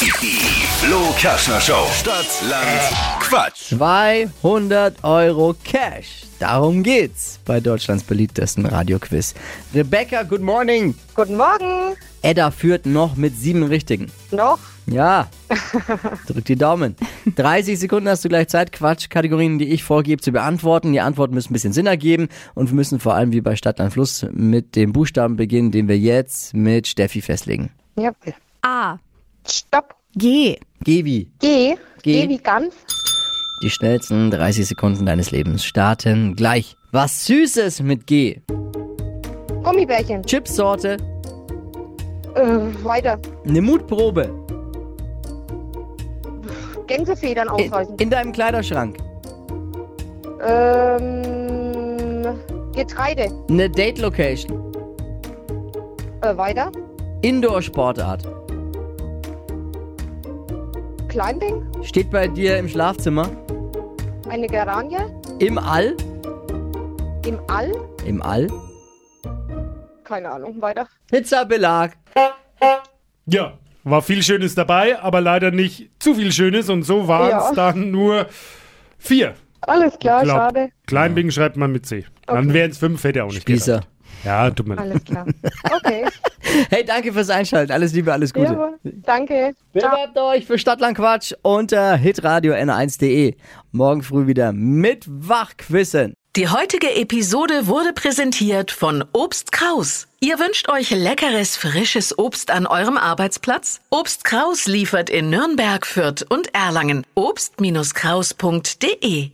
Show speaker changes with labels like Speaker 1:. Speaker 1: Die Flo Kaschner Show. Stadt, Land, Quatsch.
Speaker 2: 200 Euro Cash. Darum geht's bei Deutschlands beliebtesten Radioquiz. Rebecca, good morning.
Speaker 3: Guten Morgen.
Speaker 2: Edda führt noch mit sieben Richtigen.
Speaker 3: Noch?
Speaker 2: Ja, drück die Daumen. 30 Sekunden hast du gleich Zeit, Quatschkategorien, die ich vorgebe, zu beantworten. Die Antworten müssen ein bisschen Sinn ergeben und wir müssen vor allem wie bei Stadtland Fluss mit dem Buchstaben beginnen, den wir jetzt mit Steffi festlegen.
Speaker 3: Jawohl.
Speaker 4: A.
Speaker 3: Stopp.
Speaker 4: G.
Speaker 2: Gebi,
Speaker 3: Geh.
Speaker 2: Geh.
Speaker 3: Geh wie ganz.
Speaker 2: die schnellsten 30 Sekunden deines Lebens starten gleich. Was Süßes mit G.
Speaker 3: Gummibärchen.
Speaker 2: Chipsorte,
Speaker 3: Äh, weiter.
Speaker 2: eine Mutprobe.
Speaker 3: Gänsefedern
Speaker 2: In,
Speaker 3: ausreißen.
Speaker 2: in deinem Kleiderschrank.
Speaker 3: Ähm, Getreide.
Speaker 2: Eine Date-Location.
Speaker 3: Äh, weiter.
Speaker 2: Indoor-Sportart.
Speaker 3: Climbing.
Speaker 2: Steht bei dir im Schlafzimmer.
Speaker 3: Eine Geranie.
Speaker 2: Im All.
Speaker 3: Im All.
Speaker 2: Im All.
Speaker 3: Keine Ahnung. Weiter.
Speaker 2: Pizzabelag.
Speaker 5: Ja, war viel Schönes dabei, aber leider nicht zu viel Schönes und so waren es
Speaker 3: Ja.
Speaker 5: dann nur vier.
Speaker 3: Alles klar.
Speaker 5: Glaub.
Speaker 3: Schade.
Speaker 5: Kleinbing schreibt man mit C. Dann wären es fünf, hätte er auch nicht
Speaker 2: Spießer.
Speaker 5: gedacht. Ja, tut mir leid.
Speaker 3: Alles klar. Okay.
Speaker 2: Hey, danke fürs Einschalten. Alles Liebe, alles Gute.
Speaker 3: Jawohl. Danke.
Speaker 2: Bewerbt euch für Stadtlandquatsch unter äh, hitradio n1.de. E. Morgen früh wieder mit Wachquissen.
Speaker 6: Die heutige Episode wurde präsentiert von Obst Kraus. Ihr wünscht euch leckeres, frisches Obst an eurem Arbeitsplatz? Obst Kraus liefert in Nürnberg, Fürth und Erlangen. Obst-Kraus.de